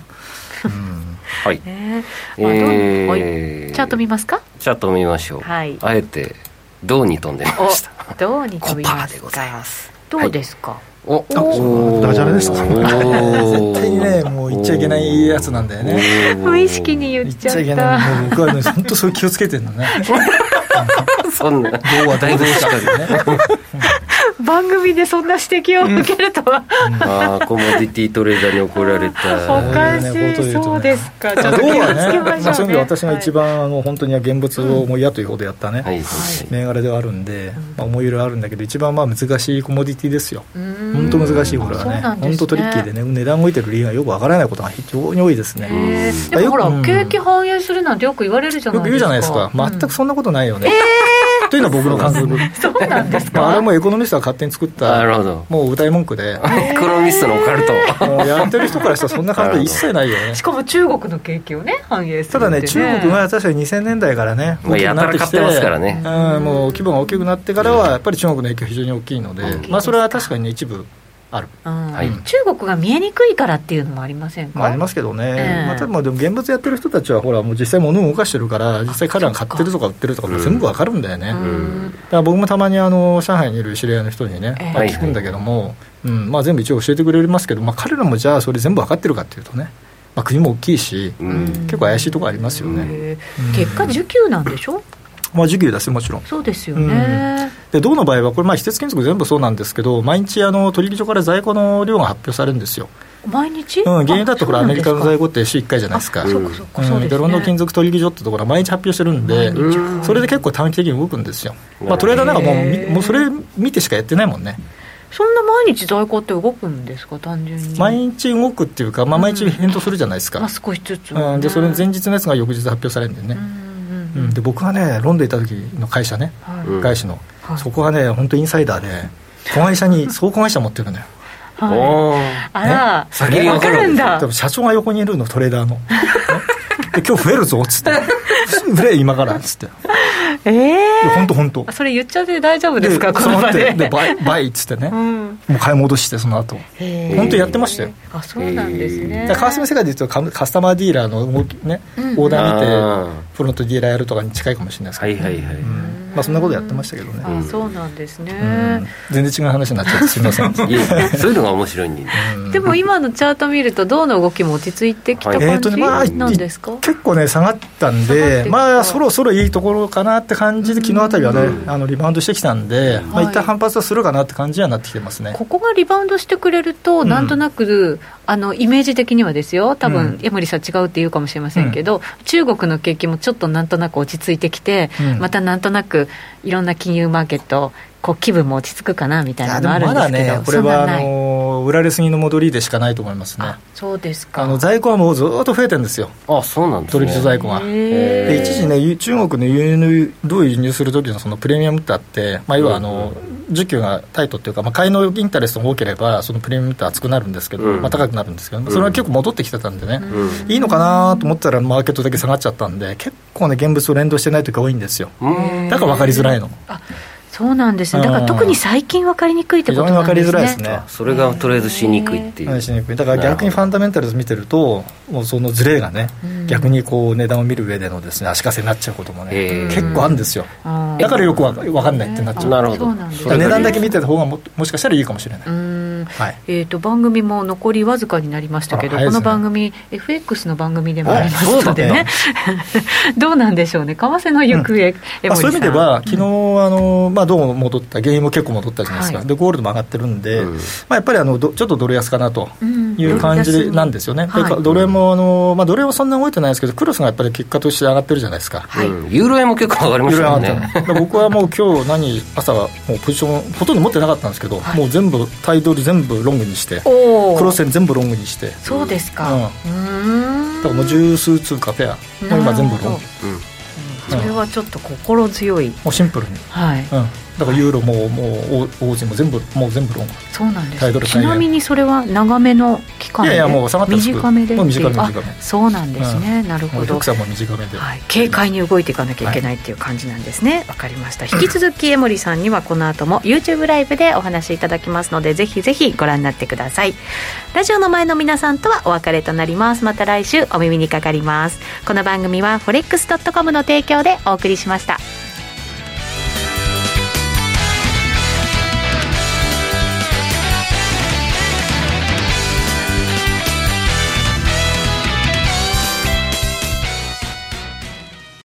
[SPEAKER 1] はい
[SPEAKER 3] ね
[SPEAKER 1] え
[SPEAKER 3] まあどう
[SPEAKER 1] ー
[SPEAKER 3] はいチャート見ますか
[SPEAKER 1] チャート見ましょう、
[SPEAKER 3] はい
[SPEAKER 1] あえて銅に飛んでみました
[SPEAKER 3] おどうに飛
[SPEAKER 1] コ
[SPEAKER 3] び
[SPEAKER 1] パ
[SPEAKER 3] ま
[SPEAKER 1] ーですご
[SPEAKER 3] か
[SPEAKER 1] ざいます
[SPEAKER 3] どうですか、
[SPEAKER 1] お
[SPEAKER 2] うダジャレですか
[SPEAKER 1] おー
[SPEAKER 5] 絶対にねもう言っちゃいけないやつなんだよね
[SPEAKER 1] おー
[SPEAKER 3] 無意識に言
[SPEAKER 5] 言
[SPEAKER 3] っ
[SPEAKER 5] っ
[SPEAKER 3] ち
[SPEAKER 5] ち
[SPEAKER 3] ゃ
[SPEAKER 5] ゃ
[SPEAKER 3] っ
[SPEAKER 5] いけ
[SPEAKER 3] た
[SPEAKER 5] ないもう僕はね本当それ気をつけてるのね
[SPEAKER 1] そんな
[SPEAKER 5] 要は大分しかりね
[SPEAKER 3] 番組でそんな指摘を受けるとは、
[SPEAKER 1] あーコモディティトレーダーに怒られ
[SPEAKER 3] お
[SPEAKER 1] た
[SPEAKER 3] かし
[SPEAKER 5] そういうねこと
[SPEAKER 3] い
[SPEAKER 5] 言うとね
[SPEAKER 3] そうですかちょ
[SPEAKER 5] 銅
[SPEAKER 3] っと気をつけ
[SPEAKER 5] は
[SPEAKER 3] ましょうね
[SPEAKER 5] ね、まあ、そういう意味で私が一番、あの本当には現物をもう嫌というほどやったね、
[SPEAKER 1] はいはい
[SPEAKER 5] 銘柄ではあるんで、まあ、思い入れはあるんだけど一番まあ難しいコモディティですよ
[SPEAKER 3] 本
[SPEAKER 5] 本当難しいこれはね本当トリッキーでね値段動いてる理由がよくわからないことが非常に多いですね
[SPEAKER 3] へー
[SPEAKER 5] うん
[SPEAKER 3] でもほら、
[SPEAKER 5] うん
[SPEAKER 3] 景気反映するなんてよく言われるじゃ
[SPEAKER 5] よ
[SPEAKER 3] ないですか
[SPEAKER 5] く言うじゃないですか、全くそんなことないよね、というのは僕の感 覚
[SPEAKER 3] そうなんです
[SPEAKER 5] まあ、あれ
[SPEAKER 3] か
[SPEAKER 5] もエコノミストが勝手に作っ
[SPEAKER 1] なる
[SPEAKER 5] た
[SPEAKER 1] ほど
[SPEAKER 5] もう歌い文 句で
[SPEAKER 1] エコノミストのオカルト
[SPEAKER 5] もうやってる人からしたらそんな感覚一切ないよね
[SPEAKER 3] しかも中国の景気をね反映す
[SPEAKER 5] た
[SPEAKER 3] る
[SPEAKER 5] だ
[SPEAKER 3] って
[SPEAKER 5] ね、中国が確かに2000年代からね、
[SPEAKER 1] まあ
[SPEAKER 5] 大きく
[SPEAKER 1] やた
[SPEAKER 5] なっ
[SPEAKER 1] ら
[SPEAKER 5] て
[SPEAKER 1] 買っ
[SPEAKER 5] き
[SPEAKER 1] て
[SPEAKER 5] て、
[SPEAKER 1] ますからね
[SPEAKER 5] うんもう規模が大きいなってからは、やっぱり中国の影響、非常に大きいので、まあ、それは確かにね、一部ある。
[SPEAKER 3] うん
[SPEAKER 1] はい
[SPEAKER 3] 中国が見えにくいからっていうのもありませんか、
[SPEAKER 5] まあ、ありますけどね、
[SPEAKER 3] ええ
[SPEAKER 5] まあ、ただまあでも現物やってる人たちは、ほら、もう実際、物を動かしてるから、実際、彼らが買ってるとか売ってるとか、
[SPEAKER 1] うん
[SPEAKER 5] 全部わかるんだよね、
[SPEAKER 3] う
[SPEAKER 5] だか
[SPEAKER 3] ん
[SPEAKER 5] ら僕もたまにあの上海にいる知り合いの人にね、
[SPEAKER 3] ええ
[SPEAKER 5] まあ聞くんだけども、うんまあ、全部一応教えてくれますけど、まあ、彼らもじゃあ、それ全部わかってるかっていうとね、まあ、国も大きいし、
[SPEAKER 1] うん
[SPEAKER 5] 結構怪しいところありますよね、
[SPEAKER 3] へー結果受給なんでしょ
[SPEAKER 5] まあ、時給だし、もちろん。
[SPEAKER 3] そうですよね、
[SPEAKER 5] で、銅の場合は、これ、まあ、非鉄金属全部そうなんですけど、毎日あの取引所から在庫の量が発表されるんですよ。
[SPEAKER 3] 毎日、
[SPEAKER 5] うん、原油だとほら、
[SPEAKER 3] あ
[SPEAKER 5] アメリカの在
[SPEAKER 3] 庫
[SPEAKER 5] 庫って週1回じゃないですか。
[SPEAKER 3] そうかそうか
[SPEAKER 5] うん
[SPEAKER 3] そうですね
[SPEAKER 5] いろんな金属取引所ってところは毎日発表してるんで、
[SPEAKER 1] うん
[SPEAKER 5] それで結構短期的に動くんですよ、
[SPEAKER 1] なる
[SPEAKER 5] ま
[SPEAKER 1] ほど
[SPEAKER 5] あ、トレーダーなんかもうみ
[SPEAKER 3] へー
[SPEAKER 5] もうそれ見てしかやってないもんね、
[SPEAKER 3] そんな毎日在庫って動くんですか単純に
[SPEAKER 5] 毎日動くっていうか、まあ、毎日返答するじゃないです
[SPEAKER 3] まあ、
[SPEAKER 5] か、
[SPEAKER 3] 少しずつ、
[SPEAKER 5] うん、でそれの前
[SPEAKER 3] 日
[SPEAKER 5] 日のやつが翌日発表されるんで
[SPEAKER 3] う
[SPEAKER 5] ね、
[SPEAKER 3] ん
[SPEAKER 5] う
[SPEAKER 3] うん
[SPEAKER 5] ん、で僕がね、ロンドン行った時の会社ね、
[SPEAKER 3] はい
[SPEAKER 1] うん
[SPEAKER 5] 外資の
[SPEAKER 3] は、い
[SPEAKER 5] そこがね、本当、インサイダーで、子会社に、総子会社持ってるのよ。
[SPEAKER 3] はい
[SPEAKER 1] おー
[SPEAKER 3] あら、
[SPEAKER 1] 先に
[SPEAKER 3] わ
[SPEAKER 1] わ
[SPEAKER 3] か
[SPEAKER 1] かる
[SPEAKER 3] るん
[SPEAKER 1] んだ
[SPEAKER 3] だ
[SPEAKER 5] でも社長が横にいるのトレーダーのねで今日増えるぞっつって「売れ今から」っつって「
[SPEAKER 3] ええ
[SPEAKER 5] 本当本当
[SPEAKER 3] ー、」それ言っちゃって大丈夫ですかこ
[SPEAKER 5] そ
[SPEAKER 3] の
[SPEAKER 5] の
[SPEAKER 3] 場
[SPEAKER 5] 後
[SPEAKER 3] で
[SPEAKER 5] で「バイ」倍っつってね、
[SPEAKER 3] う
[SPEAKER 5] も
[SPEAKER 3] ん
[SPEAKER 5] う買い戻してその後
[SPEAKER 3] へー
[SPEAKER 5] 本当やってましたよ
[SPEAKER 3] あそうなんですね
[SPEAKER 5] だから為替の世界でいうとカカスタマーディーラーの動きね、
[SPEAKER 3] うん
[SPEAKER 5] オーダー見
[SPEAKER 1] あ
[SPEAKER 5] てフロントディーラーやるとかに近いかもしれないです
[SPEAKER 1] ー
[SPEAKER 5] け
[SPEAKER 1] は
[SPEAKER 5] ど、
[SPEAKER 1] いはいは
[SPEAKER 5] う
[SPEAKER 1] い
[SPEAKER 5] んまあ、そんなことやってましたけどね、
[SPEAKER 3] あそうなんですね、
[SPEAKER 5] うん全然違う話になっちゃってすみません、
[SPEAKER 1] いえそういうのが面白いんで
[SPEAKER 5] うん
[SPEAKER 3] でも今のチャート見ると銅の動きも落ち着いてきた
[SPEAKER 1] はい
[SPEAKER 5] えー
[SPEAKER 3] 感
[SPEAKER 5] と
[SPEAKER 3] じ
[SPEAKER 5] ねまあ
[SPEAKER 3] なんですか、
[SPEAKER 5] 結構ね、下がったん
[SPEAKER 3] 下がって
[SPEAKER 5] で
[SPEAKER 3] き、た
[SPEAKER 5] まあ、そろそろいいところかなって感じで、昨日あたりはね、あのリバウンドしてきたんで、ま
[SPEAKER 3] は
[SPEAKER 5] あ
[SPEAKER 3] い
[SPEAKER 5] 一旦反発はするかなって感じにはなってきてますね。
[SPEAKER 3] ここがリバウンドしてくれると、
[SPEAKER 5] うん
[SPEAKER 3] なんとなくあのイメージ的にはですよ多分、
[SPEAKER 5] うん
[SPEAKER 3] エモリさん違うって言うかもしれませんけど、中国の景気もちょっとなんとなく落ち着いてきて、
[SPEAKER 5] うん
[SPEAKER 3] またなんとなくいろんな金融マーケットこう気分も落ち着くかなみたい
[SPEAKER 5] い
[SPEAKER 3] な
[SPEAKER 5] やで
[SPEAKER 3] の
[SPEAKER 5] も
[SPEAKER 3] ある
[SPEAKER 5] ま
[SPEAKER 3] んで
[SPEAKER 5] だ
[SPEAKER 3] すけど
[SPEAKER 5] ね、これは
[SPEAKER 3] そんな
[SPEAKER 5] あ
[SPEAKER 3] んない
[SPEAKER 5] の売られすぎの戻りでしかないと思いますね
[SPEAKER 3] あ。そうですか
[SPEAKER 5] あの在庫はもうずっと増えてるんですよ、
[SPEAKER 1] あそうなんです
[SPEAKER 5] 取
[SPEAKER 1] ね
[SPEAKER 5] 引所在庫が。
[SPEAKER 3] へ
[SPEAKER 5] で
[SPEAKER 3] ー
[SPEAKER 5] 一時ね、ゆ中国の輸入、どう輸入するときのそのプレミアムってあって、まあ、要はあの需給がタイトっていうか、まあ、買いのインタレストが多ければ、そのプレミアムって厚くなるんですけど、
[SPEAKER 1] うん
[SPEAKER 5] まあ、高くなるんですけど、それは結構戻ってきてたんでね、
[SPEAKER 1] うん
[SPEAKER 5] いいのかなと思ったら、マーケットだけ下がっちゃったんで、結構ね、現物と連動してないときが多いんですよ、
[SPEAKER 1] うん
[SPEAKER 5] だから分かりづらいの、
[SPEAKER 3] そうなんですねだから特に最近分かりにくいって
[SPEAKER 5] 非
[SPEAKER 3] こ
[SPEAKER 5] 常
[SPEAKER 3] とな
[SPEAKER 5] に分か
[SPEAKER 3] ん
[SPEAKER 5] り
[SPEAKER 3] で
[SPEAKER 5] づ
[SPEAKER 3] す
[SPEAKER 5] らい
[SPEAKER 3] ね
[SPEAKER 5] ですね。
[SPEAKER 1] それがトレードしにくいっていう
[SPEAKER 5] 話しにくいだから逆にファンダメンタルズ見てると、もうそのズレがね、
[SPEAKER 3] うん
[SPEAKER 5] 逆にこう値段を見る上でのですね足かせになっちゃうこともね、
[SPEAKER 1] えー
[SPEAKER 5] 結構あるんですよ、
[SPEAKER 3] あー
[SPEAKER 5] だからよくわか分かんないってなっちゃう、
[SPEAKER 1] なるほど
[SPEAKER 3] そうなんです
[SPEAKER 1] それ
[SPEAKER 5] 値段だけ見てた方がももしかしたらいいかもしれない、
[SPEAKER 3] うーん
[SPEAKER 5] はい、
[SPEAKER 3] えー、と番組も残りわずかになりましたけど、
[SPEAKER 5] あ早い
[SPEAKER 3] こ
[SPEAKER 5] で
[SPEAKER 3] の
[SPEAKER 5] すね
[SPEAKER 3] 番組 FX の番組でもあります
[SPEAKER 5] あそ
[SPEAKER 3] の
[SPEAKER 5] う
[SPEAKER 3] で
[SPEAKER 5] だ
[SPEAKER 3] ね
[SPEAKER 5] ね
[SPEAKER 3] どうなんでしょうね為替の行方、エ
[SPEAKER 5] ま
[SPEAKER 3] モ
[SPEAKER 5] あ、
[SPEAKER 3] リ
[SPEAKER 5] そう
[SPEAKER 3] さ
[SPEAKER 5] い
[SPEAKER 3] ん
[SPEAKER 5] う意味では、昨日あのまあどうも戻った、原因も結構戻ったじゃないですか、
[SPEAKER 3] はい
[SPEAKER 5] でゴールドも上がってるんで、
[SPEAKER 1] うん
[SPEAKER 5] まあ、やっぱりあのどちょっとドル安かなと。
[SPEAKER 3] うん
[SPEAKER 5] いう感じなんですよね、
[SPEAKER 3] はい
[SPEAKER 5] でかドル円もあの、まあ、ドル円はそんな動いてないですけど、クロスがやっぱり結果として上がってるじゃないですか、
[SPEAKER 3] はい
[SPEAKER 1] うんユーロ円も結構上がりま
[SPEAKER 5] い
[SPEAKER 1] し
[SPEAKER 5] ろい
[SPEAKER 1] た
[SPEAKER 5] ろ
[SPEAKER 1] もん
[SPEAKER 5] あったの
[SPEAKER 1] ね
[SPEAKER 5] で僕はもう今日何朝はもうポジションほとんど持ってなかったんですけど、
[SPEAKER 3] はい
[SPEAKER 5] もう全部タイドル全部ロングにして
[SPEAKER 3] おお
[SPEAKER 5] クロス線全部ロングにしてだか
[SPEAKER 3] そうですかうーん
[SPEAKER 5] らもう十数通貨ペアもう今全部
[SPEAKER 3] な
[SPEAKER 5] ロン
[SPEAKER 3] るほ
[SPEAKER 5] グ
[SPEAKER 3] どそれはちょっと心強い、
[SPEAKER 5] もうシンプルに、うん、
[SPEAKER 3] はい、
[SPEAKER 5] だからユーロももうオージーも全部もう全部ロング
[SPEAKER 3] そうなんで
[SPEAKER 5] タイ
[SPEAKER 3] す
[SPEAKER 5] トル
[SPEAKER 3] ちなみにそれは長めの期間で
[SPEAKER 5] いやいやもう下がってます
[SPEAKER 3] 短めで
[SPEAKER 5] もう短め
[SPEAKER 3] ってい
[SPEAKER 5] 短め
[SPEAKER 3] あそうなんですね、なる
[SPEAKER 5] も
[SPEAKER 3] ほ
[SPEAKER 5] う
[SPEAKER 3] ど
[SPEAKER 5] 六さんも短めで、
[SPEAKER 3] はい、軽快に動いていかなきゃいけないっていう感じなんですね。わ、かりました。引き続き江森さんにはこの後も YouTube ライブでお話しいただきますので、ぜひぜひご覧になってください。ラジオの前の皆さんとはお別れとなります。また来週お耳にかかります。この番組は forex.com の提供でお送りしました。